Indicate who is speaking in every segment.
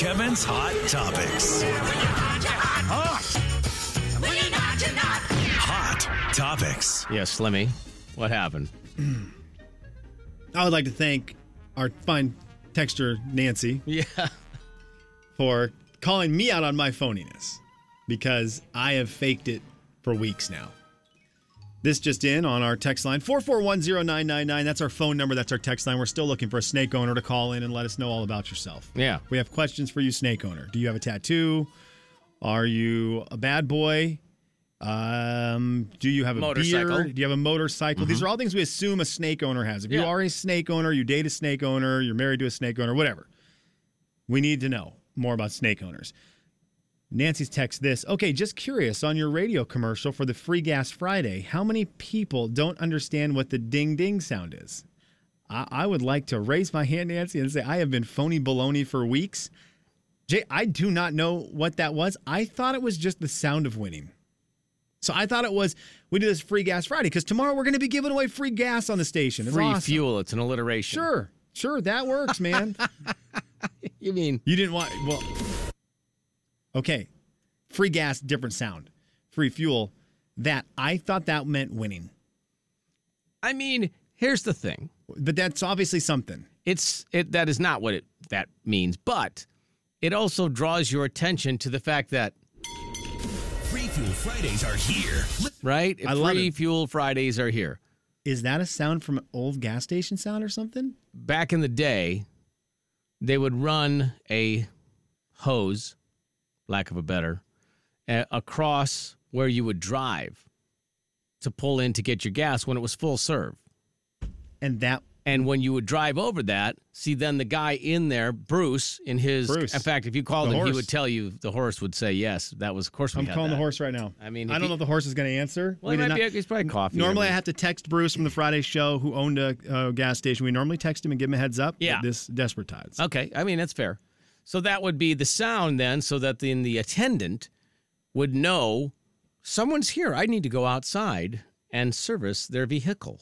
Speaker 1: Kevin's Hot Topics. Hot Topics.
Speaker 2: Yes, Slimmy. What happened?
Speaker 3: I would like to thank our fine texture Nancy
Speaker 2: Yeah.
Speaker 3: for calling me out on my phoniness because I have faked it for weeks now. This just in on our text line 4410999. That's our phone number. That's our text line. We're still looking for a snake owner to call in and let us know all about yourself.
Speaker 2: Yeah.
Speaker 3: We have questions for you, snake owner. Do you have a tattoo? Are you a bad boy? Um, do you have a
Speaker 2: Motorcycle. Mm-hmm.
Speaker 3: beard? Do you have a motorcycle? These are all things we assume a snake owner has. If you
Speaker 2: Yeah.
Speaker 3: are a snake owner, you date a snake owner, you're married to a snake owner, whatever. We need to know more about snake owners. Nancy's text this. Okay, just curious on your radio commercial for the Free Gas Friday, how many people don't understand what the ding ding sound is? I, I would like to raise my hand, Nancy, and say I have been phony baloney for weeks. Jay, I do not know what that was. I thought it was just the sound of winning. So I thought it was we do this free gas Friday because tomorrow we're going to be giving away free gas on the station. It's
Speaker 2: Free
Speaker 3: awesome.
Speaker 2: fuel. It's an alliteration.
Speaker 3: Sure, sure, that works, man.
Speaker 2: You mean
Speaker 3: You didn't want well. Okay, free gas, different sound. Free fuel. That I thought that meant winning,
Speaker 2: I mean, here's the thing.
Speaker 3: but that's obviously something.
Speaker 2: It's it that is not what it that means, but it also draws your attention to the fact that
Speaker 1: Free Fuel Fridays are here.
Speaker 2: right
Speaker 3: I love
Speaker 2: free
Speaker 3: it.
Speaker 2: fuel Fridays are here.
Speaker 3: Is that a sound from an old gas station sound or something?
Speaker 2: Back in the day, they would run a hose, lack of a better, uh, across where you would drive to pull in to get your gas when it was full serve.
Speaker 3: And that
Speaker 2: And when you would drive over that, see, then the guy in there, Bruce, in his.
Speaker 3: Bruce.
Speaker 2: In fact, if you called
Speaker 3: The
Speaker 2: him, he
Speaker 3: horse.
Speaker 2: would tell you the horse would say yes. That was, of course, we
Speaker 3: I'm
Speaker 2: had
Speaker 3: calling the
Speaker 2: that.
Speaker 3: horse right now.
Speaker 2: I mean, if
Speaker 3: I don't
Speaker 2: he-
Speaker 3: know if the horse is going to answer.
Speaker 2: Well, he
Speaker 3: did
Speaker 2: might be,
Speaker 3: not-
Speaker 2: he's probably coffee.
Speaker 3: Normally, I
Speaker 2: mean.
Speaker 3: have to text Bruce from the Friday show who owned a, a gas station. We normally text him and give him a heads up. but
Speaker 2: Yeah.
Speaker 3: This desperate tides.
Speaker 2: Okay, I mean that's fair. So that would be the sound then, so that then the attendant would know someone's here. I need to go outside and service their vehicle.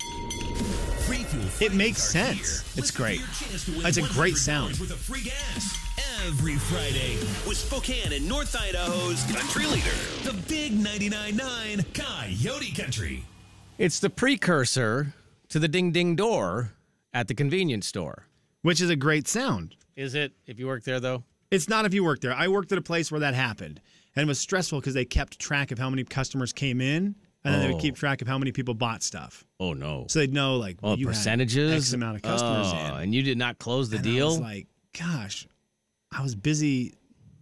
Speaker 1: Free Fuel
Speaker 3: It
Speaker 1: Fridays
Speaker 3: makes
Speaker 1: are
Speaker 3: sense.
Speaker 1: here.
Speaker 3: It's
Speaker 1: Listen for
Speaker 3: great.
Speaker 1: your chance to win
Speaker 3: It's a great
Speaker 1: $100
Speaker 3: sound.
Speaker 1: Worth of free gas every Friday with Spokane and North Idaho's country leader, the Big 99.9 Coyote Country.
Speaker 2: It's the precursor to the ding ding door at the convenience store.
Speaker 3: Which is a great sound.
Speaker 2: Is it? If you work there though,
Speaker 3: It's not if you worked there. I worked at a place where that happened, and it was stressful because they kept track of how many customers came in, and then they
Speaker 2: Oh.
Speaker 3: would keep track of how many people bought stuff,
Speaker 2: oh no.
Speaker 3: so they'd know like
Speaker 2: Oh,
Speaker 3: you had
Speaker 2: percentages.
Speaker 3: X amount of customers
Speaker 2: oh,
Speaker 3: in.
Speaker 2: and you did not close the
Speaker 3: And I
Speaker 2: deal.
Speaker 3: was like, gosh, I was busy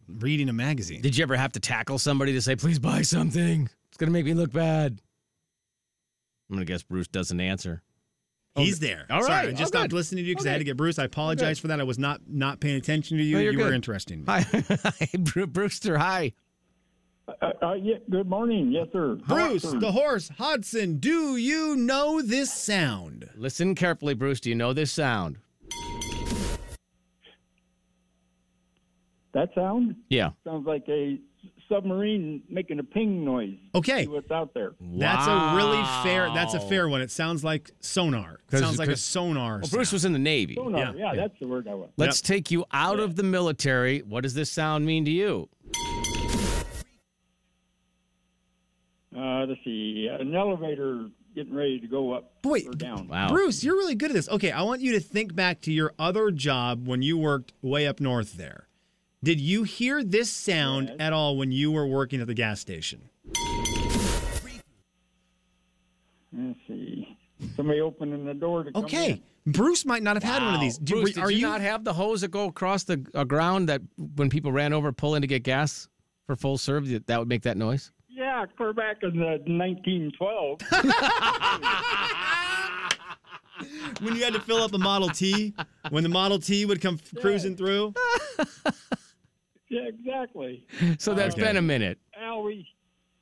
Speaker 3: reading a magazine.
Speaker 2: did you ever have to tackle somebody to say, "Please buy something"? It's gonna make me look bad. I'm gonna guess Bruce doesn't answer.
Speaker 3: He's there.
Speaker 2: All
Speaker 3: Sorry,
Speaker 2: right.
Speaker 3: I
Speaker 2: Oh,
Speaker 3: just stopped
Speaker 2: good.
Speaker 3: listening to you because
Speaker 2: Okay.
Speaker 3: I had to get Bruce. I apologize for that. I was not not paying attention to you.
Speaker 2: No, you're
Speaker 3: you
Speaker 2: good.
Speaker 3: were interesting.
Speaker 2: Hi, hi, Bru- Brewster. Hi.
Speaker 4: Uh, uh, yeah, good morning. Yes, sir.
Speaker 3: Bruce,
Speaker 4: How are you?
Speaker 3: the horse, Hodson, do you know this sound?
Speaker 2: Listen carefully, Bruce. Do you know this sound?
Speaker 4: that sound
Speaker 2: Yeah.
Speaker 4: sounds like a submarine making a ping noise.
Speaker 3: Okay.
Speaker 4: See what's out there.
Speaker 3: That's a really fair that's a fair one. It sounds like sonar. It
Speaker 2: 'Cause-
Speaker 3: sounds like a
Speaker 2: 'cause-
Speaker 3: sonar.
Speaker 2: Well, Bruce
Speaker 3: sound.
Speaker 2: was in the Navy.
Speaker 4: Sonar.
Speaker 3: Yeah,
Speaker 4: Yeah,
Speaker 3: yeah.
Speaker 4: that's the word I want.
Speaker 2: Let's take you out of the military. What does this sound mean to you?
Speaker 4: Uh, let's see. An elevator getting ready to go up
Speaker 3: Wait,
Speaker 4: or down.
Speaker 2: Wow.
Speaker 3: Bruce, you're really good at this. Okay, I want you to think back to your other job when you worked way up north there. Did you hear this sound
Speaker 4: Yes.
Speaker 3: at all when you were working at the gas station?
Speaker 4: Let's see. Somebody opening the door to come
Speaker 3: Okay.
Speaker 4: in.
Speaker 3: Bruce might not have had one of
Speaker 2: Wow.
Speaker 3: these. Do-
Speaker 2: Bruce, did
Speaker 3: are
Speaker 2: you, not have the hose that go across the uh, ground that when people ran over, pull in to get gas for full serve, that, that would make that noise?
Speaker 4: Yeah, clear back in the 1912.
Speaker 3: when you had to fill up a Model T, when the Model T would come f- cruising through.
Speaker 4: yeah, exactly.
Speaker 2: So that's
Speaker 3: Okay.
Speaker 2: been a minute.
Speaker 4: Al, we,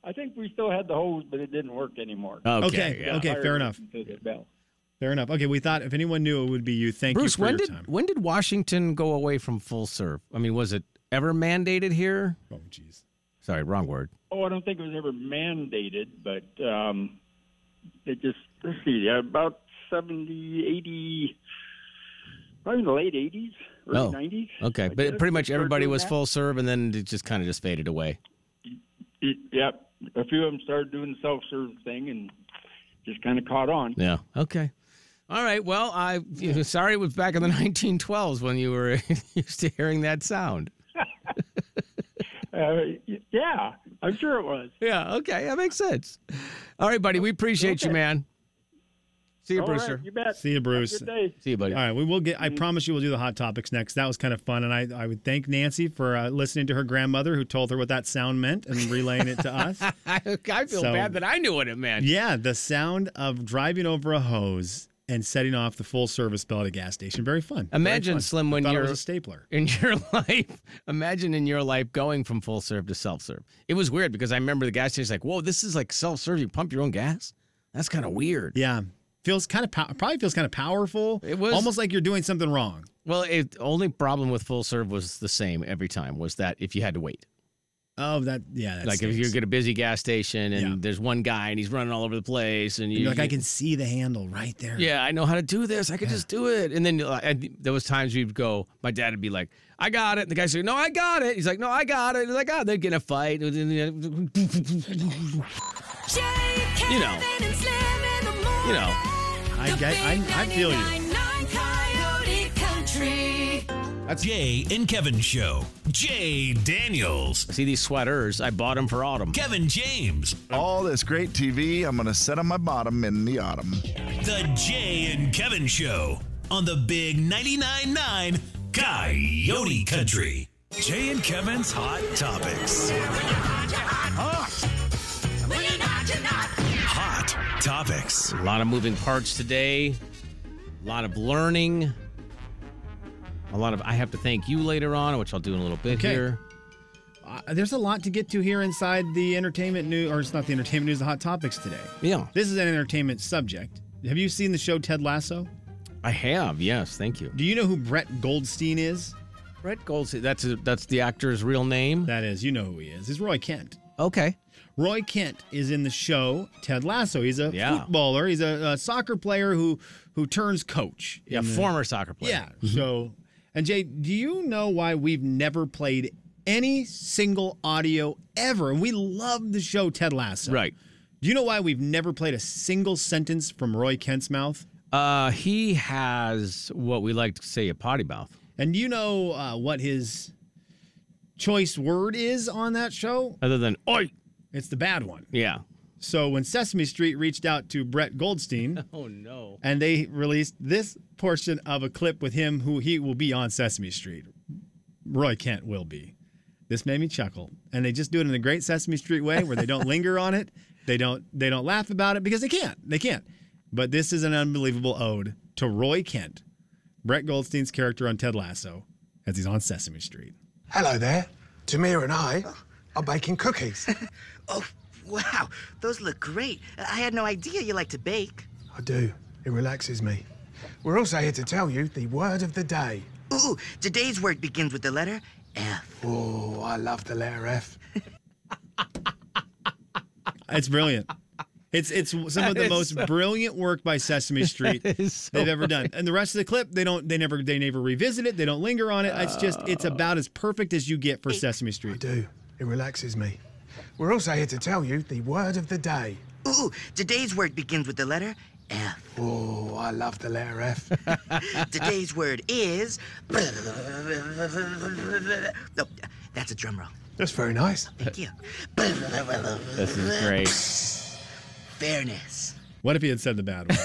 Speaker 4: I think we still had the hose, but it didn't work anymore.
Speaker 2: Okay.
Speaker 3: Okay,
Speaker 2: yeah.
Speaker 3: Oh, okay.
Speaker 4: Fire
Speaker 3: fair enough.
Speaker 4: to the bell.
Speaker 3: Fair enough. Okay, we thought if anyone knew it would be you. Thank you
Speaker 2: Bruce,
Speaker 3: for
Speaker 2: when
Speaker 3: your
Speaker 2: did
Speaker 3: time.
Speaker 2: when did Washington go away from full serve? I mean, was it ever mandated here?
Speaker 3: Oh, jeez.
Speaker 2: Sorry, wrong word.
Speaker 4: Oh, I don't think it was ever mandated, but um, it just, let's see, about 70, 80, probably in the late 80s early
Speaker 2: Oh,
Speaker 4: 90s. I
Speaker 2: Okay,
Speaker 4: did
Speaker 2: but
Speaker 4: it.
Speaker 2: pretty much
Speaker 4: Started
Speaker 2: everybody
Speaker 4: doing
Speaker 2: was
Speaker 4: that.
Speaker 2: full serve, and then it just kind of just faded away.
Speaker 4: Y- Yep. A few of them started doing the self serve thing and just kind of caught on.
Speaker 2: Yeah. Okay. All right. Well, I sorry it was back in the 1912s when you were used to hearing that sound.
Speaker 4: Uh, y- yeah, I'm sure it was.
Speaker 2: Yeah. Okay. That makes sense. All right, buddy. We appreciate you,
Speaker 4: Okay.
Speaker 2: man. See you,
Speaker 4: All right,
Speaker 2: Brewster.
Speaker 4: you bet.
Speaker 3: See you, Bruce.
Speaker 4: Good day.
Speaker 2: See you, buddy.
Speaker 3: All right, we will get. I promise you, we'll do the hot topics next. That was kind of fun, and I, I would thank Nancy for uh, listening to her grandmother, who told her what that sound meant, and relaying it to us.
Speaker 2: I, I feel
Speaker 3: So-
Speaker 2: bad that I knew what it meant.
Speaker 3: Yeah, the sound of driving over a hose and setting off the full service bell at a gas station. Very fun. Very
Speaker 2: Imagine,
Speaker 3: fun.
Speaker 2: Slim, when
Speaker 3: Thought it
Speaker 2: you're-
Speaker 3: was a stapler.
Speaker 2: in your life. Imagine in your life going from full serve to self serve. It was weird because I remember the gas station's like, "Whoa, this is like self serve. You pump your own gas. That's kind of weird."
Speaker 3: Yeah, feels kind of pow- probably feels kind of powerful.
Speaker 2: It was-
Speaker 3: almost like you're doing something wrong.
Speaker 2: Well, it only problem with full serve was the same every time was that if you had to wait.
Speaker 3: Oh, that yeah. That
Speaker 2: like
Speaker 3: stinks.
Speaker 2: if you get a busy gas station and
Speaker 3: Yeah.
Speaker 2: there's one guy and he's running all over the place and you
Speaker 3: You're like I can see the handle right there.
Speaker 2: yeah, I know how to do this. I could just do it. And then uh, and there was times we'd go. My dad would be like, "I got it." And the guy said, "No, I got it." He's like, "No, I got it." He's like, "Oh, they'd get in a fight." You
Speaker 5: Jay,
Speaker 2: You
Speaker 5: you
Speaker 2: know.
Speaker 5: know, and Slim in the morning.
Speaker 2: know,
Speaker 3: I get. I, I feel you.
Speaker 5: Coyote Country.
Speaker 1: Jay and Kevin Show. Jay Daniels.
Speaker 2: see these sweaters. I bought them for autumn.
Speaker 1: Kevin James.
Speaker 6: All this great TV, I'm going to set on my bottom in the autumn.
Speaker 1: The Jay and Kevin Show on the Big 99.9 9 Coyote Country. Jay and Kevin's Hot Topics. Hot Topics.
Speaker 2: A lot of moving parts today. A lot of learning. A lot of I have to thank you later on, which I'll do in a little bit
Speaker 3: Okay.
Speaker 2: here.
Speaker 3: Uh, there's a lot to get to here inside the entertainment news, or it's not the entertainment news, the hot topics today.
Speaker 2: Yeah,
Speaker 3: This is an entertainment subject. Have you seen the show Ted Lasso?
Speaker 2: I have. Yes, thank you.
Speaker 3: Do you know who Brett Goldstein is?
Speaker 2: Brett Goldstein. That's a, that's the actor's real name.
Speaker 3: That is, you know who he is. He's Roy Kent.
Speaker 2: okay.
Speaker 3: Roy Kent is in the show Ted Lasso. He's a
Speaker 2: Yeah.
Speaker 3: footballer. He's a, a soccer player who who turns coach.
Speaker 2: Yeah, former soccer player.
Speaker 3: Yeah. So, and Jay, do you know why we've never played any single audio ever? And we love the show Ted Lasso.
Speaker 2: Right.
Speaker 3: Do you know why we've never played a single sentence from Roy Kent's mouth?
Speaker 2: Uh, he has what we like to say a potty mouth.
Speaker 3: And do you know uh, what his choice word is on that show?
Speaker 2: Other than oi.
Speaker 3: It's the bad one.
Speaker 2: Yeah.
Speaker 3: So when Sesame Street reached out to Brett Goldstein
Speaker 2: Oh no.
Speaker 3: and they released this portion of a clip with him who he will be on Sesame Street. Roy Kent will be. This made me chuckle. And they just do it in the great Sesame Street way where they don't linger on it. They don't they don't laugh about it because they can't. They can't. But this is an unbelievable ode to Roy Kent, Brett Goldstein's character on Ted Lasso, as he's on Sesame Street.
Speaker 7: Hello there. Tamir and I are baking cookies.
Speaker 8: Oh, wow. Those look great. I had no idea you like to bake.
Speaker 7: I do. It relaxes me. We're also here to tell you the word of the day.
Speaker 8: Ooh, today's word begins with the letter F.
Speaker 7: Oh, I love the letter F.
Speaker 3: It's brilliant. It's it's some of the
Speaker 2: is
Speaker 3: most brilliant work by Sesame Street
Speaker 2: is so
Speaker 3: they've ever done. And the rest of the clip, they don't they never they never revisit it. They don't linger on it. It's just it's
Speaker 2: Uh.
Speaker 3: about as perfect as you get for Sesame
Speaker 7: I
Speaker 3: Street.
Speaker 7: do. It relaxes me. We're also here to tell you the word of the day.
Speaker 8: Ooh, today's word begins with the letter F.
Speaker 7: Oh, I love the letter F.
Speaker 8: Today's word is. Oh, that's a drum roll.
Speaker 7: That's very nice.
Speaker 8: Thank you.
Speaker 2: This is great.
Speaker 8: Fairness.
Speaker 3: What if he had said the bad one?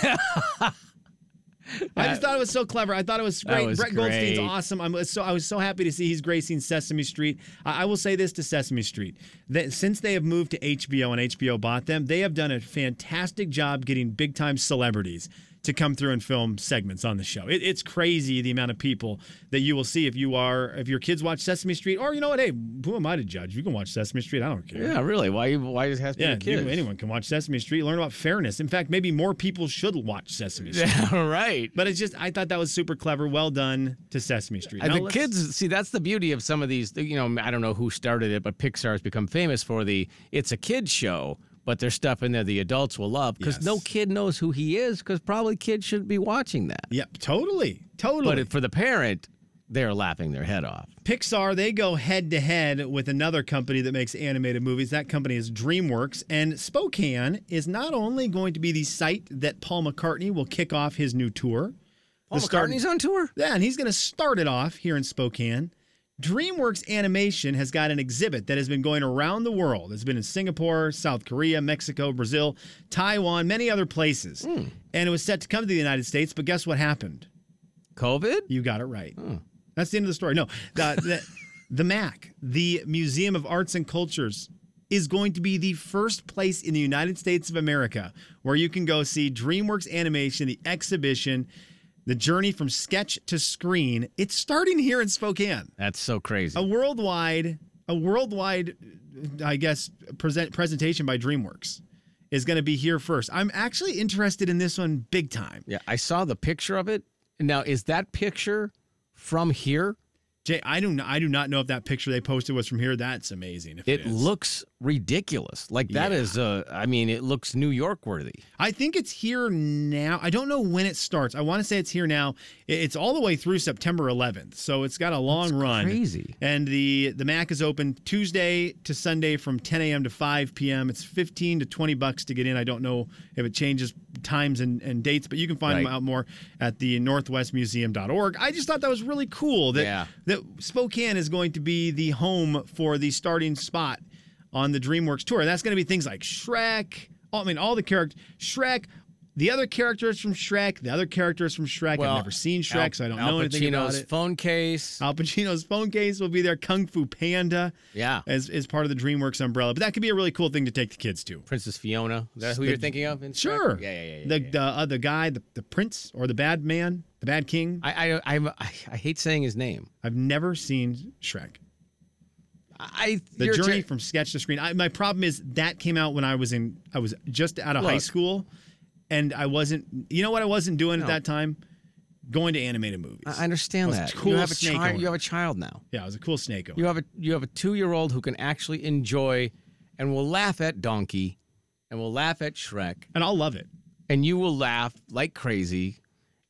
Speaker 3: I just thought it was so clever. I thought it was great.
Speaker 2: was
Speaker 3: Brett Goldstein's
Speaker 2: great.
Speaker 3: awesome. I'm so I was so happy to see he's gracing Sesame Street. I, I will say this to Sesame Street that since they have moved to HBO and HBO bought them, they have done a fantastic job getting big time celebrities to come through and film segments on the show. It, it's crazy the amount of people that you will see if you are if your kids watch Sesame Street or you know what? Hey, who am I to judge? You can watch Seseme Street. I don't care.
Speaker 2: Yeah, really. Why you why it has to
Speaker 3: Yeah,
Speaker 2: be a
Speaker 3: you,
Speaker 2: kid?
Speaker 3: anyone can watch Sesame Street, learn about fairness. In fact, maybe more people should watch Sesame Street.
Speaker 2: All right.
Speaker 3: But it's just, I thought that was super clever. Well done to Sesame Street.
Speaker 2: And
Speaker 3: Now
Speaker 2: the
Speaker 3: let's-
Speaker 2: kids see that's the beauty of some of these. You know, I don't know who started it, but Pixar has become famous for the it's a kid show, but there's stuff in there the adults will love because no
Speaker 3: Yes.
Speaker 2: kid knows who he is because probably kids shouldn't be watching that.
Speaker 3: Yep, totally. Totally.
Speaker 2: But it, for the parent, they are laughing their head off.
Speaker 3: Pixar, they go head to head with another company that makes animated movies. That company is DreamWorks. And Spokane is not only going to be the site that Paul McCartney will kick off his new tour.
Speaker 2: Paul
Speaker 3: The start-
Speaker 2: McCartney's Oh, on tour.
Speaker 3: Yeah, and he's going to start it off here in Spokane. DreamWorks Animation has got an exhibit that has been going around the world. It's been in Singapore, South Korea, Mexico, Brazil, Taiwan, many other places. And it was set to come to the United States, but guess what happened?
Speaker 2: COVID.
Speaker 3: You got it right. That's the end of the story. No, the, the, the MAC, the Museum of Arts and Cultures, is going to be the first place in the United States of America where you can go see DreamWorks Animation, the exhibition, the journey from sketch to screen. It's starting here in Spokane.
Speaker 2: That's so crazy.
Speaker 3: A worldwide, a worldwide, I guess, present presentation by DreamWorks is going to be here first. I'm actually interested in this one big time.
Speaker 2: Yeah, I saw the picture of it. Now, is that picture from here?
Speaker 3: Jay, I do not, I do not know if that picture they posted was from here. That's amazing. If
Speaker 2: It
Speaker 3: it, is.
Speaker 2: looks ridiculous. Like that is uh I mean, it looks New York worthy.
Speaker 3: I think it's here now. I don't know when it starts. I want to say it's here now. I- It's all the way through September 11th, so it's got a long run.
Speaker 2: crazy.
Speaker 3: And the the Mac is open Tuesday to Sunday from 10 a.m. to 5 p.m. It's 15 to 20 bucks to get in. I don't know if it changes times and, and dates, but you can find them
Speaker 2: Right.
Speaker 3: out more at the northwestmuseum.org. I just thought that was really cool that
Speaker 2: Yeah.
Speaker 3: that Spokane is going to be the home for the starting spot on the DreamWorks tour. That's going to be things like Shrek. all- I mean, all the characters. Shrek. The other characters from Shrek. The other characters from Shrek. I've never seen Shrek,
Speaker 2: Al-
Speaker 3: so I don't
Speaker 2: Al
Speaker 3: know anything about
Speaker 2: Pacino's
Speaker 3: it.
Speaker 2: phone case.
Speaker 3: Al Pacino's phone case will be there. Kung Fu Panda.
Speaker 2: Yeah.
Speaker 3: As, as part of the DreamWorks umbrella. But that could be a really cool thing to take the kids to.
Speaker 2: Princess Fiona. Is that who you're thinking of? in Shrek?
Speaker 3: Sure.
Speaker 2: Yeah, yeah, yeah. yeah,
Speaker 3: the
Speaker 2: yeah.
Speaker 3: The, uh, the guy, the, the prince or the bad man, the bad king.
Speaker 2: I, I I'm- I I hate saying his name.
Speaker 3: I've never seen Shrek.
Speaker 2: I
Speaker 3: The
Speaker 2: you're
Speaker 3: journey
Speaker 2: ter-
Speaker 3: from sketch to screen. I, my problem is that came out when I was in, I was just out of high
Speaker 2: Look.
Speaker 3: school, and I wasn't. You know what I wasn't doing at
Speaker 2: No.
Speaker 3: that time? Going to animated movies.
Speaker 2: I understand
Speaker 3: I was
Speaker 2: that.
Speaker 3: a cool
Speaker 2: you have a
Speaker 3: snake
Speaker 2: child.
Speaker 3: owner.
Speaker 2: You have a child now.
Speaker 3: yeah, I was a cool snake owner.
Speaker 2: You have a you have a two year old who can actually enjoy, and will laugh at Donkey, and will laugh at Shrek,
Speaker 3: and I'll love it.
Speaker 2: and you will laugh like crazy.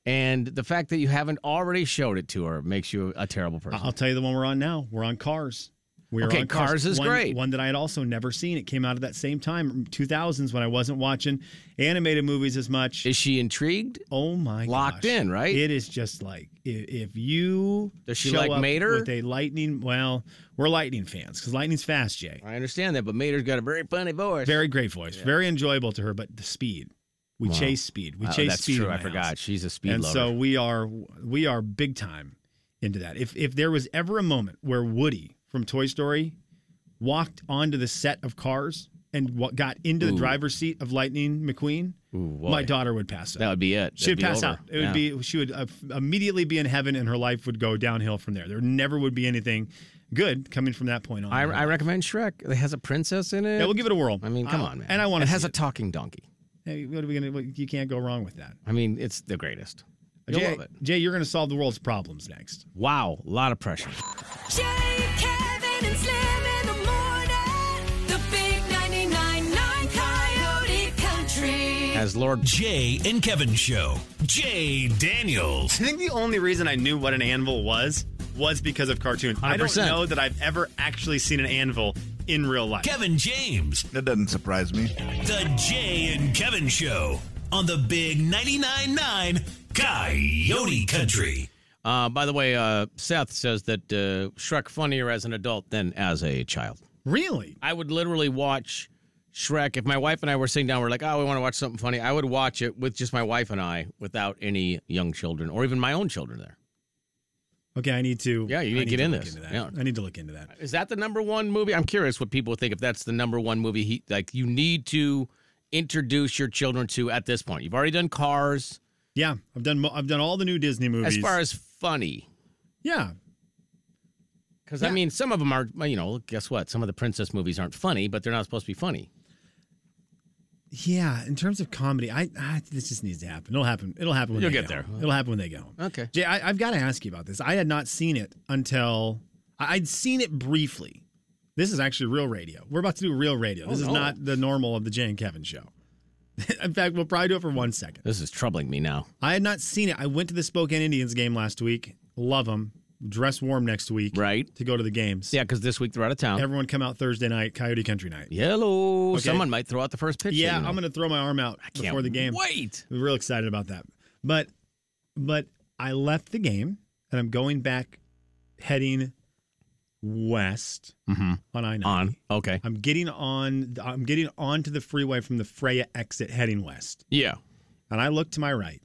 Speaker 2: And the fact that you haven't already showed it to her makes you a terrible person.
Speaker 3: I'll tell you the one we're on now. We're on Cars. We're
Speaker 2: Okay,
Speaker 3: on
Speaker 2: Cars is
Speaker 3: one,
Speaker 2: great.
Speaker 3: One that I had also never seen. It came out at that same time, 2000s, when I wasn't watching animated movies as much.
Speaker 2: Is she intrigued?
Speaker 3: Oh my
Speaker 2: Locked
Speaker 3: gosh.
Speaker 2: in, right?
Speaker 3: It is just like i- if you
Speaker 2: Does she
Speaker 3: show
Speaker 2: like
Speaker 3: up
Speaker 2: Mater?
Speaker 3: with a lightning. Well, we're lightning fans because lightning's fast, Jay.
Speaker 2: I understand that, but Mater's got a very funny voice.
Speaker 3: Very great voice, very enjoyable to her. But the speed, we chase speed, we
Speaker 2: Oh,
Speaker 3: chase
Speaker 2: that's
Speaker 3: speed.
Speaker 2: true.
Speaker 3: in
Speaker 2: I
Speaker 3: my
Speaker 2: forgot.
Speaker 3: house.
Speaker 2: She's a speed
Speaker 3: and
Speaker 2: lover.
Speaker 3: so we are we are big time into that. If if there was ever a moment where Woody from Toy Story walked onto the set of Cars and wa- got into the driver's seat of Lightning McQueen,
Speaker 2: boy.
Speaker 3: my daughter would pass out.
Speaker 2: that would be it. That'd
Speaker 3: She'd
Speaker 2: be
Speaker 3: pass
Speaker 2: over.
Speaker 3: out. It
Speaker 2: Yeah.
Speaker 3: would be she would uh, immediately be in heaven, and her life would go downhill from there. There never would be anything good coming from that point on.
Speaker 2: I, I recommend Shrek. It has a princess in it.
Speaker 3: yeah, we'll give it a whirl.
Speaker 2: I mean, come
Speaker 3: Uh,
Speaker 2: on, man.
Speaker 3: And I want
Speaker 2: It
Speaker 3: to
Speaker 2: has a talking donkey.
Speaker 3: Hey, what are we gonna? What, you can't go wrong with that.
Speaker 2: I mean, it's the greatest. You'll
Speaker 3: Jay,
Speaker 2: love it.
Speaker 3: Jay, you're gonna solve the world's problems next.
Speaker 2: Wow, a lot of pressure.
Speaker 5: Jay, Kevin, and Slim in the morning. The big 99.9 Coyote Country.
Speaker 2: As Lord
Speaker 1: Jay and Kevin Show. Jay Daniels.
Speaker 3: I think the only reason I knew what an anvil was was because of cartoons. I don't
Speaker 2: 100%.
Speaker 3: know that I've ever actually seen an anvil in real life.
Speaker 1: Kevin James.
Speaker 6: That doesn't surprise me.
Speaker 1: The Jay and Kevin Show on the big 99.9 9 Coyote Country.
Speaker 2: Uh, by the way, uh, Seth says that uh, Shrek funnier as an adult than as a child.
Speaker 3: Really?
Speaker 2: I would literally watch Shrek if my wife and I were sitting down. We're like, oh, we want to watch something funny. I would watch it with just my wife and I, without any young children or even my own children there.
Speaker 3: Okay, I need to.
Speaker 2: Yeah, you
Speaker 3: I
Speaker 2: need to get in
Speaker 3: look
Speaker 2: this.
Speaker 3: into that.
Speaker 2: Yeah.
Speaker 3: I need to look into that.
Speaker 2: Is that the number one movie? I'm curious what people would think if that's the number one movie. He like you need to introduce your children to at this point. You've already done Cars.
Speaker 3: Yeah, I've done. mo- I've done all the new Disney movies.
Speaker 2: As far as funny,
Speaker 3: yeah,
Speaker 2: because I
Speaker 3: Yeah.
Speaker 2: mean, some of them are. You know, guess what? Some of the princess movies aren't funny, but they're not supposed to be funny.
Speaker 3: Yeah, in terms of comedy, I, I this just needs to happen. It'll happen. It'll happen. When
Speaker 2: You'll
Speaker 3: they
Speaker 2: get
Speaker 3: get home.
Speaker 2: there.
Speaker 3: It'll happen when they get home.
Speaker 2: Okay.
Speaker 3: Jay, I, I've got to ask you about this. I had not seen it until I- I'd seen it briefly. This is actually real radio. We're about to do real radio. This
Speaker 2: Oh,
Speaker 3: is
Speaker 2: no.
Speaker 3: not the normal of the Jay and Kevin show. in fact, we'll probably do it for one second.
Speaker 2: This is troubling me now.
Speaker 3: I had not seen it. I went to the Spokane Indians game last week. Love them. dress warm next week
Speaker 2: Right.
Speaker 3: to go to the games.
Speaker 2: Yeah, because this week they're out of town.
Speaker 3: Everyone come out Thursday night, Coyote Country night.
Speaker 2: Hello.
Speaker 3: Okay.
Speaker 2: Someone might throw out the first pitch.
Speaker 3: Yeah, I'm going to throw my arm out
Speaker 2: Can't
Speaker 3: before the game.
Speaker 2: Wait.
Speaker 3: We're real excited about that. But but I left the game and I'm going back heading west on I-9.
Speaker 2: On. Okay.
Speaker 3: I'm getting on I'm getting onto the freeway from the Freya exit heading west.
Speaker 2: Yeah.
Speaker 3: And I looked to my right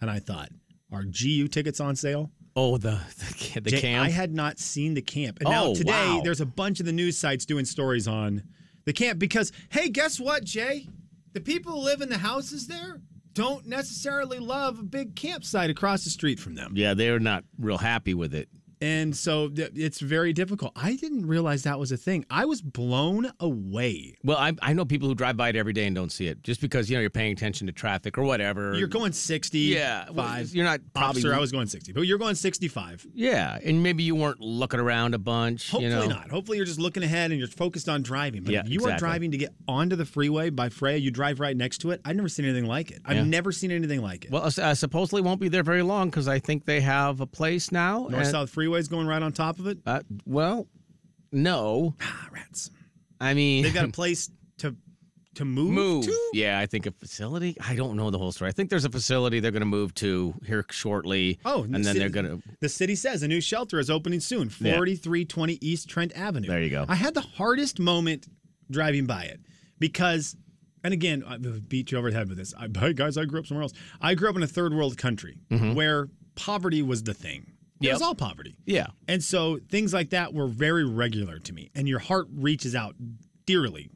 Speaker 3: and I thought, are GU tickets on sale?
Speaker 2: Oh, the the, ca- the
Speaker 3: Jay,
Speaker 2: camp.
Speaker 3: I had not seen the camp. And now
Speaker 2: Oh,
Speaker 3: today
Speaker 2: wow.
Speaker 3: there's a bunch of the news sites doing stories on the camp because hey, guess what, Jay? The people who live in the houses there don't necessarily love a big campsite across the street from them.
Speaker 2: yeah, they're not real happy with it.
Speaker 3: And so th- it's very difficult. I didn't realize that was a thing. I was blown away.
Speaker 2: Well, I, I know people who drive by it every day and don't see it just because you know you're paying attention to traffic or whatever.
Speaker 3: You're going 60.
Speaker 2: yeah, well,
Speaker 3: Five.
Speaker 2: You're not probably.
Speaker 3: Officer, I was going 60, but you're going 65.
Speaker 2: yeah, and maybe you weren't looking around a bunch.
Speaker 3: Hopefully
Speaker 2: you know?
Speaker 3: not. Hopefully you're just looking ahead and you're focused on driving. But
Speaker 2: Yeah,
Speaker 3: if you are
Speaker 2: exactly.
Speaker 3: driving to get onto the freeway by Freya, you drive right next to it. I've never seen anything like it. I've
Speaker 2: Yeah.
Speaker 3: never seen anything like it.
Speaker 2: Well, uh, supposedly won't be there very long because I think they have a place now.
Speaker 3: North
Speaker 2: and-
Speaker 3: South Freeway's going right on top of it.
Speaker 2: Uh, well, no.
Speaker 3: Ah, rats.
Speaker 2: I mean,
Speaker 3: They've got a place to to move,
Speaker 2: move.
Speaker 3: to.
Speaker 2: Yeah, I think a facility. I don't know the whole story. I think there's a facility they're going to move to here shortly.
Speaker 3: Oh,
Speaker 2: and
Speaker 3: the
Speaker 2: then
Speaker 3: city-
Speaker 2: they're going to.
Speaker 3: The city says a new shelter is opening soon,
Speaker 2: Yeah.
Speaker 3: 4320 East Trent Avenue.
Speaker 2: There you go.
Speaker 3: I had the hardest moment driving by it because, and again, I beat you over the head with this. I, hey guys, I grew up somewhere else. I grew up in a third world country where poverty was the thing. It was
Speaker 2: Mm-hmm. Yep.
Speaker 3: all poverty.
Speaker 2: Yeah.
Speaker 3: And so things like that were very regular to me. And your heart reaches out dearly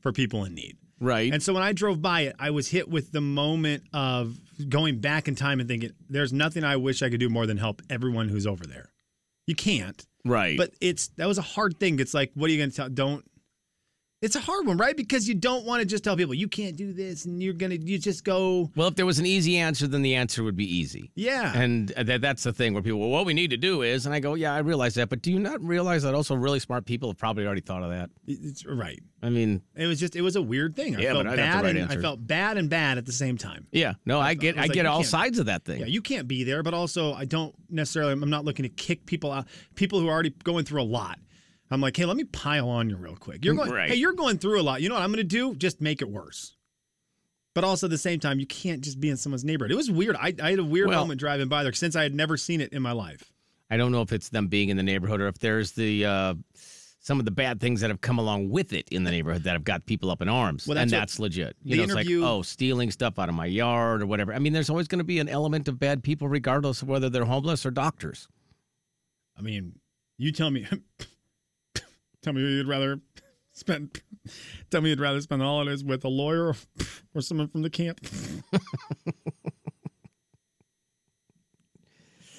Speaker 3: for people in need.
Speaker 2: Right.
Speaker 3: And so when I drove by it, I was hit with the moment of going back in time and thinking, there's nothing I wish I could do more than help everyone who's over there. You can't.
Speaker 2: right.
Speaker 3: But it's that was a hard thing. It's like, what are you going to tell? Don't. It's a hard one, right? Because you don't want to just tell people you can't do this, and you're gonna you just go,
Speaker 2: Well, if there was an easy answer, then the answer would be easy.
Speaker 3: yeah.
Speaker 2: And that, that's the thing where people, well, what we need to do is, and I go, yeah, I realize that, but do you not realize that also really smart people have probably already thought of that?
Speaker 3: it's right.
Speaker 2: I mean,
Speaker 3: It was just it was a weird thing. I
Speaker 2: Yeah,
Speaker 3: felt
Speaker 2: but I got the
Speaker 3: bad
Speaker 2: right
Speaker 3: and I
Speaker 2: answer.
Speaker 3: felt bad and bad at the same time.
Speaker 2: yeah, no, I get,
Speaker 3: I
Speaker 2: I,
Speaker 3: was like,
Speaker 2: get
Speaker 3: you
Speaker 2: all
Speaker 3: can't-
Speaker 2: sides of that thing.
Speaker 3: Yeah, you can't be there, but also I don't necessarily. I'm not looking to kick people out. People who are already going through a lot. I'm like, hey, let me pile on you real quick. You're going,
Speaker 2: Mm, Right.
Speaker 3: hey, you're going through a lot. You know what I'm going to do? Just make it worse. But also at the same time, you can't just be in someone's neighborhood. It was weird. I, I had a weird
Speaker 2: Well-
Speaker 3: moment driving by there since I had never seen it in my life.
Speaker 2: I don't know if it's them being in the neighborhood or if there's the uh, some of the bad things that have come along with it in the neighborhood that have got people up in arms,
Speaker 3: Well,
Speaker 2: and
Speaker 3: that's what-
Speaker 2: that's legit.
Speaker 3: the
Speaker 2: You know, it's like
Speaker 3: interview-
Speaker 2: oh, stealing stuff out of my yard or whatever. I mean, there's always going to be an element of bad people, regardless of whether they're homeless or doctors.
Speaker 3: I mean, you tell me, tell me who you'd rather spend. Tell me you'd rather spend the holidays with a lawyer or, or someone from the camp.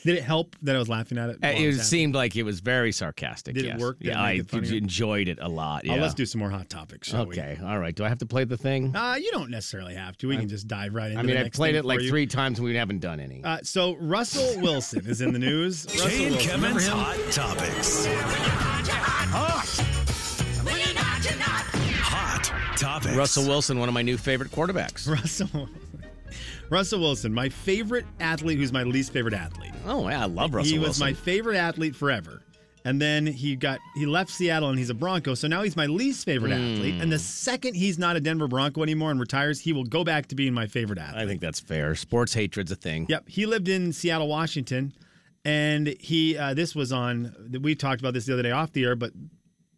Speaker 3: Did it help that I was laughing at it?
Speaker 2: Uh,
Speaker 3: while I
Speaker 2: It
Speaker 3: was at
Speaker 2: seemed like it was very sarcastic.
Speaker 3: Did it
Speaker 2: yes.
Speaker 3: work? Did it
Speaker 2: Yeah, I
Speaker 3: make it funnier?
Speaker 2: enjoyed it a lot.
Speaker 3: Oh,
Speaker 2: yeah.
Speaker 3: let's do some more hot topics, shall
Speaker 2: okay, all right. Do I have to play the thing?
Speaker 3: we? Uh, you don't necessarily have to. We can just dive right into.
Speaker 2: I
Speaker 3: the
Speaker 2: mean, I
Speaker 3: next
Speaker 2: played
Speaker 3: thing
Speaker 2: it like
Speaker 3: for you.
Speaker 2: three times and we haven't done any.
Speaker 3: Uh, so Russell Wilson is in the news. Russell
Speaker 1: Jay and
Speaker 3: Wilson, remember
Speaker 1: Kevin's
Speaker 3: him?
Speaker 1: Hot Topics. Hot Topics.
Speaker 2: Russell Wilson, one of my new favorite quarterbacks.
Speaker 3: Russell. Russell Wilson, my favorite athlete, who's my least favorite athlete.
Speaker 2: Oh yeah, I love Russell
Speaker 3: he was
Speaker 2: Wilson.
Speaker 3: my favorite athlete forever. And then he got he left Seattle and he's a Bronco. So now he's my least favorite
Speaker 2: Hmm.
Speaker 3: athlete. And the second he's not a Denver Bronco anymore and retires, he will go back to being my favorite athlete.
Speaker 2: I think that's fair. Sports hatred's a thing.
Speaker 3: Yep. He lived in Seattle, Washington, and he uh, this was on. We talked about this the other day off the air, but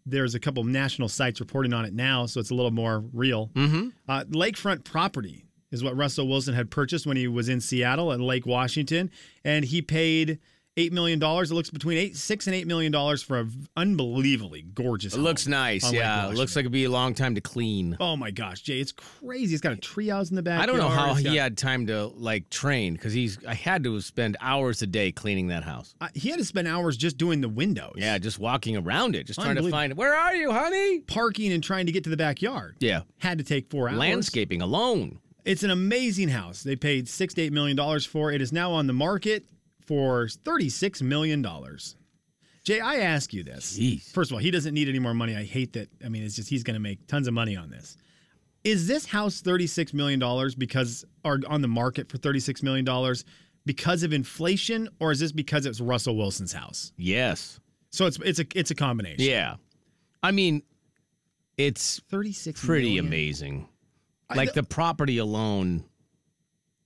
Speaker 3: there's a couple of national sites reporting on it now, so it's a little more real. Mm-hmm. Uh, lakefront property is what Russell Wilson had purchased when he was in Seattle at Lake Washington, and he paid. Eight million dollars. It looks between eight, six, and eight million dollars for an unbelievably gorgeous.
Speaker 2: It looks
Speaker 3: home
Speaker 2: nice.
Speaker 3: on Lake
Speaker 2: Yeah. It looks
Speaker 3: Washington.
Speaker 2: like it'd be a long time to clean.
Speaker 3: Oh my gosh, Jay, it's crazy. It's got a treehouse in the back.
Speaker 2: I don't know how he had time to like train because he's I had to spend hours a day cleaning that house.
Speaker 3: Uh, he had to spend hours just doing the windows.
Speaker 2: Yeah, just walking around it, just trying to
Speaker 3: Unbelievable.
Speaker 2: find where are you, honey?
Speaker 3: parking and trying to get to the backyard.
Speaker 2: Yeah.
Speaker 3: Had to take four hours.
Speaker 2: Landscaping alone.
Speaker 3: It's an amazing house. They paid six to eight million dollars for. It is now on the market for thirty-six million dollars. Jay, I ask you this.
Speaker 2: Jeez.
Speaker 3: First of all, he doesn't need any more money. I hate that. I mean, it's just he's going to make tons of money on this. Is this house thirty-six million dollars because are on the market for thirty-six million dollars because of inflation, or is this because it's Russell Wilson's house?
Speaker 2: Yes.
Speaker 3: So it's it's a it's a combination.
Speaker 2: Yeah. I mean, it's
Speaker 3: thirty six.
Speaker 2: pretty amazing. Like the property alone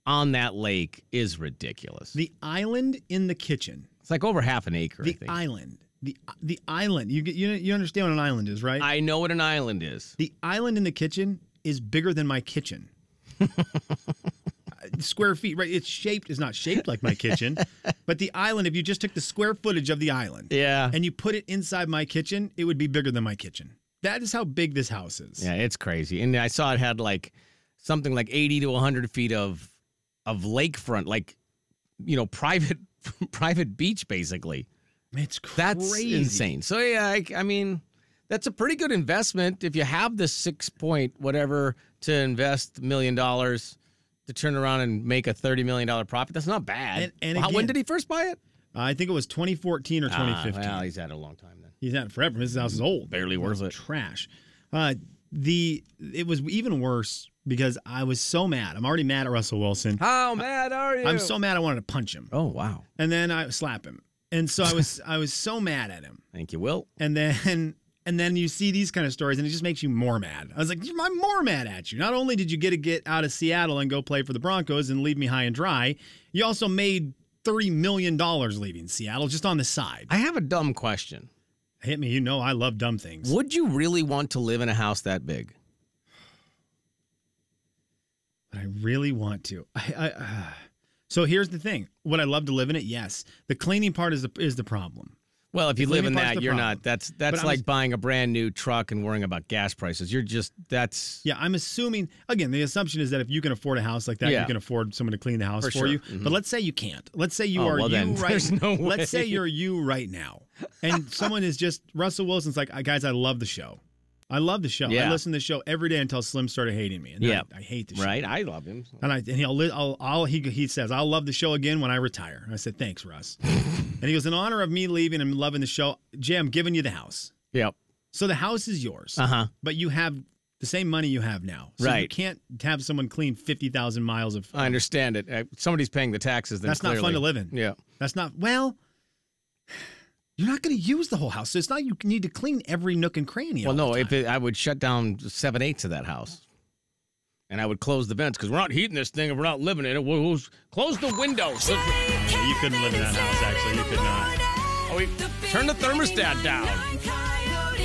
Speaker 2: on that lake is ridiculous.
Speaker 3: The island in the kitchen.
Speaker 2: it's like over half an acre. I
Speaker 3: The
Speaker 2: think.
Speaker 3: island. The the island. You get you you understand what an island is, right?
Speaker 2: I know what an island is.
Speaker 3: The island in the kitchen is bigger than my kitchen. Uh, square feet, right? It's shaped, it's not shaped like my kitchen, but the island, if you just took the square footage of the island
Speaker 2: Yeah.
Speaker 3: and you put it inside my kitchen, it would be bigger than my kitchen. That is how big this house is.
Speaker 2: Yeah, it's crazy. And I saw it had like something like 80 to 100 feet of of lakefront, like you know, private private beach basically.
Speaker 3: It's crazy.
Speaker 2: That's insane. So yeah, I, I mean, that's a pretty good investment if you have the six point whatever to invest million dollars to turn around and make a thirty million dollar profit. That's not bad.
Speaker 3: And- and
Speaker 2: How- when
Speaker 3: again-
Speaker 2: did he first buy it?
Speaker 3: I think it was 2014 or 2015.
Speaker 2: Ah, well, he's had it a long time then.
Speaker 3: He's not forever. His house is old.
Speaker 2: Barely worth it.
Speaker 3: Trash. Uh, the it was even worse because I was so mad. I'm already mad at Russell Wilson.
Speaker 2: How mad are you?
Speaker 3: I'm so mad I wanted to punch him.
Speaker 2: Oh wow.
Speaker 3: and then I slap him. And so I was I was so mad at him.
Speaker 2: Thank you, Will.
Speaker 3: And then and then you see these kind of stories and it just makes you more mad. I was like, I'm more mad at you. Not only did you get to get out of Seattle and go play for the Broncos and leave me high and dry, you also made thirty million dollars leaving Seattle just on the side.
Speaker 2: I have a dumb question.
Speaker 3: Hit me, you know I love dumb things.
Speaker 2: Would you really want to live in a house that big?
Speaker 3: But I really want to. I, I uh, so here's the thing. Would I love to live in it? Yes. The cleaning part is the is the problem.
Speaker 2: Well, if you
Speaker 3: The
Speaker 2: live in
Speaker 3: cleaning part's
Speaker 2: that,
Speaker 3: the
Speaker 2: you're
Speaker 3: problem.
Speaker 2: not. That's
Speaker 3: But
Speaker 2: that's
Speaker 3: I'm
Speaker 2: like
Speaker 3: just-
Speaker 2: buying a brand new truck and worrying about gas prices. You're just that's
Speaker 3: Yeah, I'm assuming again, the assumption is that if you can afford a house like that,
Speaker 2: Yeah.
Speaker 3: you can afford someone to clean the house
Speaker 2: For
Speaker 3: for,
Speaker 2: sure. Mm-hmm.
Speaker 3: you. But let's say you can't. Let's say you
Speaker 2: Oh,
Speaker 3: are
Speaker 2: well
Speaker 3: you
Speaker 2: then,
Speaker 3: right.
Speaker 2: there's no way.
Speaker 3: Let's say you're you right now. And someone is just Russell Wilson's like, "Uh, guys, I love the show. I love the show.
Speaker 2: Yeah.
Speaker 3: I listen to the show every day until Slim started hating me. And then
Speaker 2: Yeah.
Speaker 3: I, I hate the show.
Speaker 2: right. I love him.
Speaker 3: And I and he'll, li- I'll, I'll he he says I'll love the show again when I retire. And I said thanks, Russ. and he goes in honor of me leaving and loving the show. Jay, I'm giving you the house.
Speaker 2: Yep.
Speaker 3: So the house is yours.
Speaker 2: Uh huh.
Speaker 3: but you have the same money you have now. So You
Speaker 2: Right.
Speaker 3: can't have someone clean 50,000 miles of.
Speaker 2: I understand it. Uh, Somebody's paying the taxes. Then
Speaker 3: That's not fun
Speaker 2: clearly.
Speaker 3: to live in.
Speaker 2: Yeah.
Speaker 3: That's not, well, you're not going to use the whole house. So it's not, you need to clean every nook and cranny.
Speaker 2: Well,
Speaker 3: all
Speaker 2: no.
Speaker 3: the
Speaker 2: If
Speaker 3: time.
Speaker 2: it, I would shut down seven eighths of that house, and I would close the vents because we're not heating this thing and we're not living in it. We'll, we'll close the windows.
Speaker 3: you couldn't live in that house, actually. You could not.
Speaker 2: Oh, we- turn the thermostat down.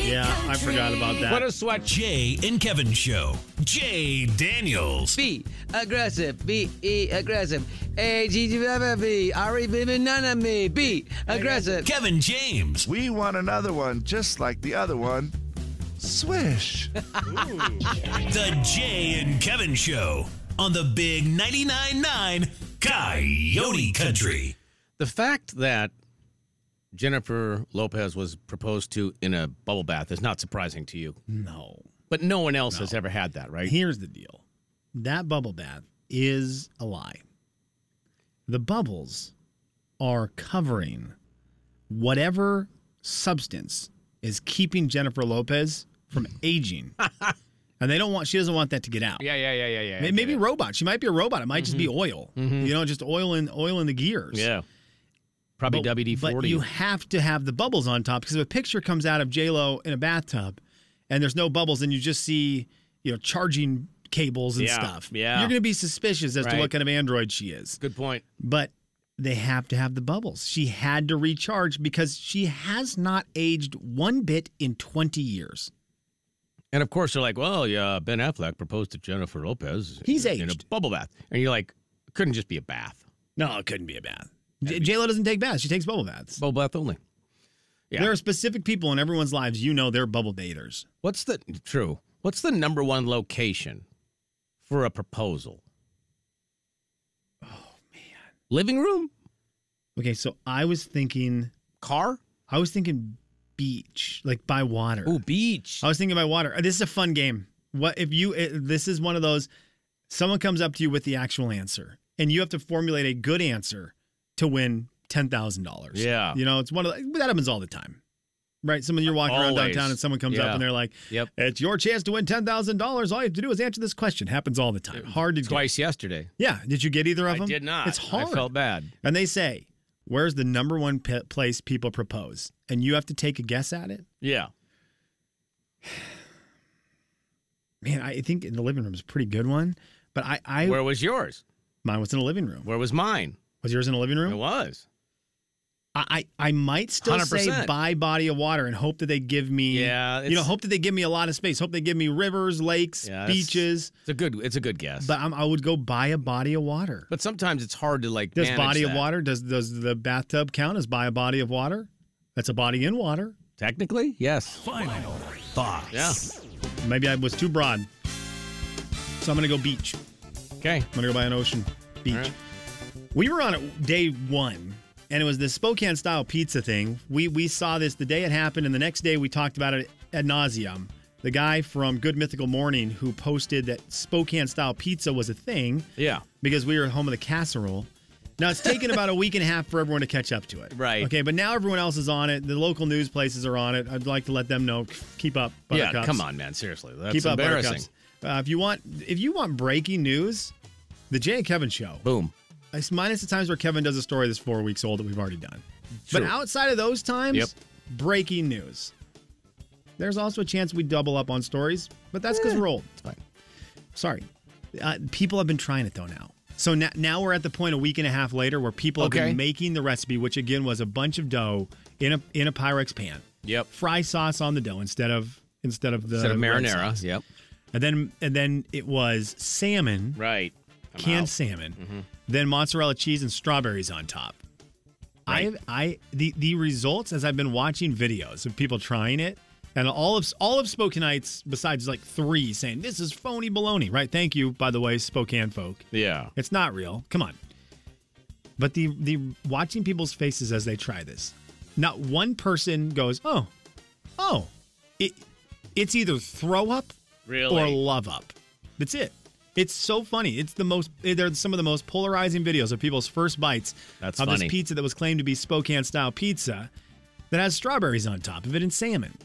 Speaker 3: Yeah, I forgot about that.
Speaker 2: Put a sweat.
Speaker 1: Jay and Kevin Show. Jay Daniels.
Speaker 2: Be aggressive. Be e aggressive. A G G B R E B B none of me. Be aggressive.
Speaker 1: Kevin James.
Speaker 6: We want another one just like the other one. Swish.
Speaker 1: The Jay and Kevin Show on the Big 99.9 9 Coyote Country.
Speaker 2: The fact that Jennifer Lopez was proposed to in a bubble bath is not surprising to you,
Speaker 3: No.
Speaker 2: but no one else has ever had that, right?
Speaker 3: Here's the deal that bubble bath is a lie. The bubbles are covering whatever substance is keeping Jennifer Lopez from aging. and they don't want, she doesn't want that to get out.
Speaker 2: yeah, yeah, yeah, yeah. Mm-hmm.
Speaker 3: May- Maybe robot. She might be a robot. It might just be oil. You know, just oil in oil in the gears.
Speaker 2: Yeah. Probably
Speaker 3: But-
Speaker 2: WD
Speaker 3: But
Speaker 2: forty.
Speaker 3: you have to have the bubbles on top because if a picture comes out of J Lo in a bathtub and there's no bubbles and you just see you know charging cables and
Speaker 2: Yeah,
Speaker 3: stuff,
Speaker 2: yeah.
Speaker 3: you're going to be suspicious as to
Speaker 2: Right.
Speaker 3: what kind of android she is.
Speaker 2: Good point.
Speaker 3: But they have to have the bubbles. She had to recharge because she has not aged one bit in 20 years.
Speaker 2: And of course, you're like, well, yeah, Ben Affleck proposed to Jennifer Lopez.
Speaker 3: He's
Speaker 2: in, in a
Speaker 3: aged.
Speaker 2: bubble bath, and you're like, couldn't just be a bath.
Speaker 3: No, it couldn't be a bath. J Lo doesn't take baths. She takes bubble baths.
Speaker 2: Bubble bath only. Yeah.
Speaker 3: There are specific people in everyone's lives. You know, they're bubble bathers.
Speaker 2: What's the true? What's the number one location for a proposal? Oh
Speaker 3: Oh,
Speaker 2: man. Living room,
Speaker 3: Okay, so I was thinking,
Speaker 2: car,
Speaker 3: I was thinking beach, like by water.
Speaker 2: ooh, beach.
Speaker 3: I was thinking by water. Uh, This is a fun game. What if you? eh, This is one of those. Someone comes up to you with the actual answer, and you have to formulate a good answer to win ten thousand dollars.
Speaker 2: Yeah.
Speaker 3: you know, it's one of the, that happens all the time. Right. Someone you're walking around
Speaker 2: Always.
Speaker 3: downtown and someone comes up
Speaker 2: Yeah.
Speaker 3: and they're like,
Speaker 2: Yep.
Speaker 3: it's your chance to win $10,000. All you have to do is answer this question. Happens all the time. Hard to do.
Speaker 2: Twice yesterday.
Speaker 3: Yeah. Did you get either of
Speaker 2: I
Speaker 3: them?
Speaker 2: did not.
Speaker 3: It's hard.
Speaker 2: I felt bad.
Speaker 3: And they say, where's the number one p- place people propose? And you have to take a guess at it.
Speaker 2: Yeah.
Speaker 3: Man, I think in the living room is a pretty good one. But I, I
Speaker 2: Where was yours?
Speaker 3: mine was in the living room.
Speaker 2: Where was mine?
Speaker 3: Was yours in the living
Speaker 2: It
Speaker 3: room?
Speaker 2: was.
Speaker 3: I, I, I might still say
Speaker 2: 100%.
Speaker 3: buy body of water and hope that they give me,
Speaker 2: Yeah,
Speaker 3: you know,
Speaker 2: it's-
Speaker 3: hope that they give me a lot of space. Hope they give me rivers, lakes,
Speaker 2: Yeah, that's-
Speaker 3: beaches.
Speaker 2: It's a good. It's a good guess.
Speaker 3: But I'm, I would go buy a body of water.
Speaker 2: but sometimes it's hard to like.
Speaker 3: Does
Speaker 2: manage
Speaker 3: body of
Speaker 2: that.
Speaker 3: water? Does does the bathtub count as buy a body of water? That's a body in water.
Speaker 2: Technically, yes.
Speaker 1: Final thoughts.
Speaker 2: Yeah.
Speaker 3: Maybe I was too broad, so I'm gonna go beach.
Speaker 2: Okay.
Speaker 3: I'm gonna go buy an ocean beach.
Speaker 2: All right.
Speaker 3: We were on it day one, and it was the Spokane style pizza thing. We we saw this the day it happened, and the next day we talked about it ad nauseum. The guy from Good Mythical Morning who posted that Spokane style pizza was a thing
Speaker 2: Yeah.
Speaker 3: because we were home of the casserole. Now it's taken about a week and a half for everyone to catch up to it.
Speaker 2: Right.
Speaker 3: Okay, but now everyone else is on it. The local news places are on it. I'd like to let them know. Keep up, buttercups.
Speaker 2: Yeah. Come on, man. Seriously, that's
Speaker 3: Keep up,
Speaker 2: embarrassing.
Speaker 3: buttercups. Uh, if you want, if you want breaking news, the Jay and Kevin show.
Speaker 2: Boom.
Speaker 3: It's minus the times where Kevin does a story that's four weeks old that we've already done.
Speaker 2: True.
Speaker 3: But outside of those times,
Speaker 2: Yep.
Speaker 3: breaking news. There's also a chance we double up on stories, but that's
Speaker 2: Eh,
Speaker 3: because we're old. It's fine. Sorry. Uh, people have been trying it though now. So now, now we're at the point a week and a half later where people have
Speaker 2: Okay.
Speaker 3: been making the recipe, which again was a bunch of dough in a in a Pyrex pan.
Speaker 2: Yep. Uh,
Speaker 3: Fry sauce on the dough instead of instead of the
Speaker 2: Instead of
Speaker 3: red
Speaker 2: marinara.
Speaker 3: sauce.
Speaker 2: Yep.
Speaker 3: And then and then it was salmon
Speaker 2: Right. I'm
Speaker 3: canned
Speaker 2: out.
Speaker 3: salmon, then mozzarella cheese and strawberries on top. I I the the results as I've been watching videos of people trying it, and all of all of Spokaneites besides like three saying this is phony baloney. Right? Thank you, by the way, Spokane folk.
Speaker 2: Yeah.
Speaker 3: It's not real. Come on. But the the watching people's faces as they try this, not one person goes, oh, oh, it it's either throw up
Speaker 2: Really?
Speaker 3: or love up. That's it. It's so funny. It's the most. eh, They're some of the most polarizing videos of people's first bites
Speaker 2: That's
Speaker 3: of
Speaker 2: funny.
Speaker 3: this pizza that was claimed to be Spokane style pizza that has strawberries on top of it and salmon.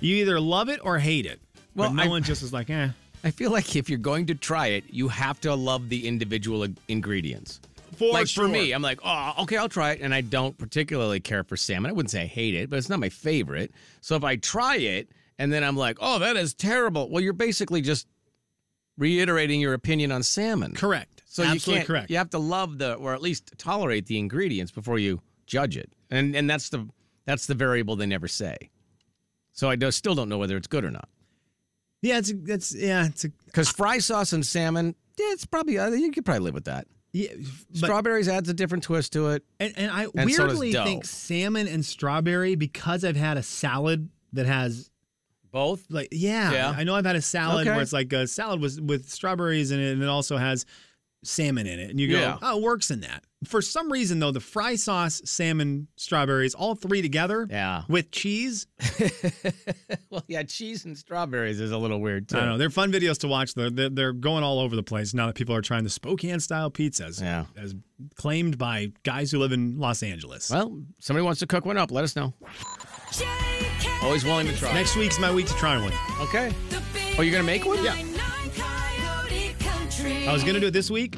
Speaker 3: You either love it or hate it.
Speaker 2: Well,
Speaker 3: but no
Speaker 2: I-
Speaker 3: one just is like, eh.
Speaker 2: I feel like if you're going to try it, you have to love the individual ing- ingredients.
Speaker 3: For
Speaker 2: like
Speaker 3: sure.
Speaker 2: for me, I'm like, oh, okay, I'll try it, and I don't particularly care for salmon. I wouldn't say I hate it, but it's not my favorite. So if I try it and then I'm like, oh, that is terrible. Well, you're basically just reiterating your opinion on salmon.
Speaker 3: correct.
Speaker 2: So you
Speaker 3: absolutely
Speaker 2: can't,
Speaker 3: correct.
Speaker 2: You have to love the, or at least tolerate the ingredients before you judge it, and and that's the that's the variable they never say. So I do, still don't know whether it's good or not.
Speaker 3: Yeah, it's that's yeah, it's a
Speaker 2: Because fry sauce and salmon, yeah, it's probably uh, you could probably live with that.
Speaker 3: yeah, but
Speaker 2: Strawberries adds a different twist to it.
Speaker 3: And, and I
Speaker 2: And so does
Speaker 3: weirdly
Speaker 2: dough.
Speaker 3: think salmon and strawberry because I've had a salad that has
Speaker 2: Both.
Speaker 3: like yeah,
Speaker 2: Yeah.
Speaker 3: I know I've had a salad
Speaker 2: Okay.
Speaker 3: where it's like a salad with with strawberries in it and it also has salmon in it and you go
Speaker 2: Yeah.
Speaker 3: oh it works in that. For some reason though the fry sauce, salmon, strawberries all three together
Speaker 2: Yeah.
Speaker 3: with cheese,
Speaker 2: Well, yeah, cheese and strawberries is a little weird too.
Speaker 3: I don't know. They're fun videos to watch. They're, they're they're going all over the place now that people are trying the Spokane style pizzas
Speaker 2: Yeah.
Speaker 3: as claimed by guys who live in Los Angeles.
Speaker 2: Well, somebody wants to cook one up. Let us know.
Speaker 5: Jay, Kevin,
Speaker 2: Always willing to try.
Speaker 3: Next week's my week to try one.
Speaker 2: Okay.
Speaker 5: the big
Speaker 2: Oh, you're gonna make one?
Speaker 5: Yeah. Coyote Country.
Speaker 3: I was going to do it this week,